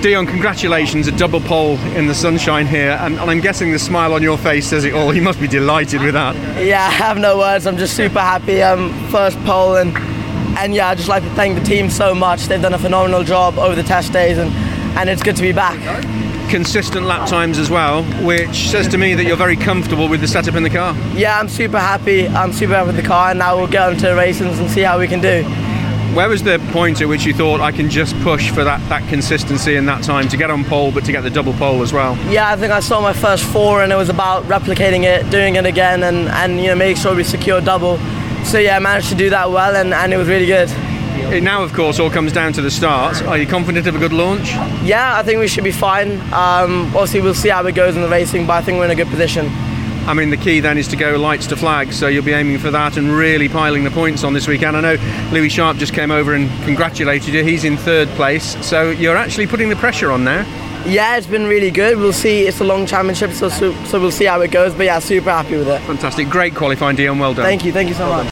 Dion, congratulations, a double pole in the sunshine here, and, and I'm guessing the smile on your face says it all. You must be delighted with that. Yeah, I have no words. I'm just super happy. Um, first pole, and and yeah, I just like to thank the team so much. They've done a phenomenal job over the test days, and and it's good to be back. Consistent lap times as well, which says to me that you're very comfortable with the setup in the car. Yeah, I'm super happy. I'm super happy with the car, and now we'll get on to the races and see how we can do. Where was the point at which you thought I can just push for that, that consistency and that time to get on pole, but to get the double pole as well? Yeah, I think I saw my first four, and it was about replicating it, doing it again, and and you know make sure we secure double. So yeah, I managed to do that well, and, and it was really good. It now, of course, all comes down to the start. Are you confident of a good launch? Yeah, I think we should be fine. Um, obviously, we'll see how it goes in the racing, but I think we're in a good position. I mean, the key then is to go lights to flag, so you'll be aiming for that and really piling the points on this weekend. I know Louis Sharp just came over and congratulated you. He's in third place, so you're actually putting the pressure on now. Yeah, it's been really good. We'll see. It's a long championship, so so, so we'll see how it goes. But yeah, super happy with it. Fantastic. Great qualifying, Dion. Well done. Thank you. Thank you so much.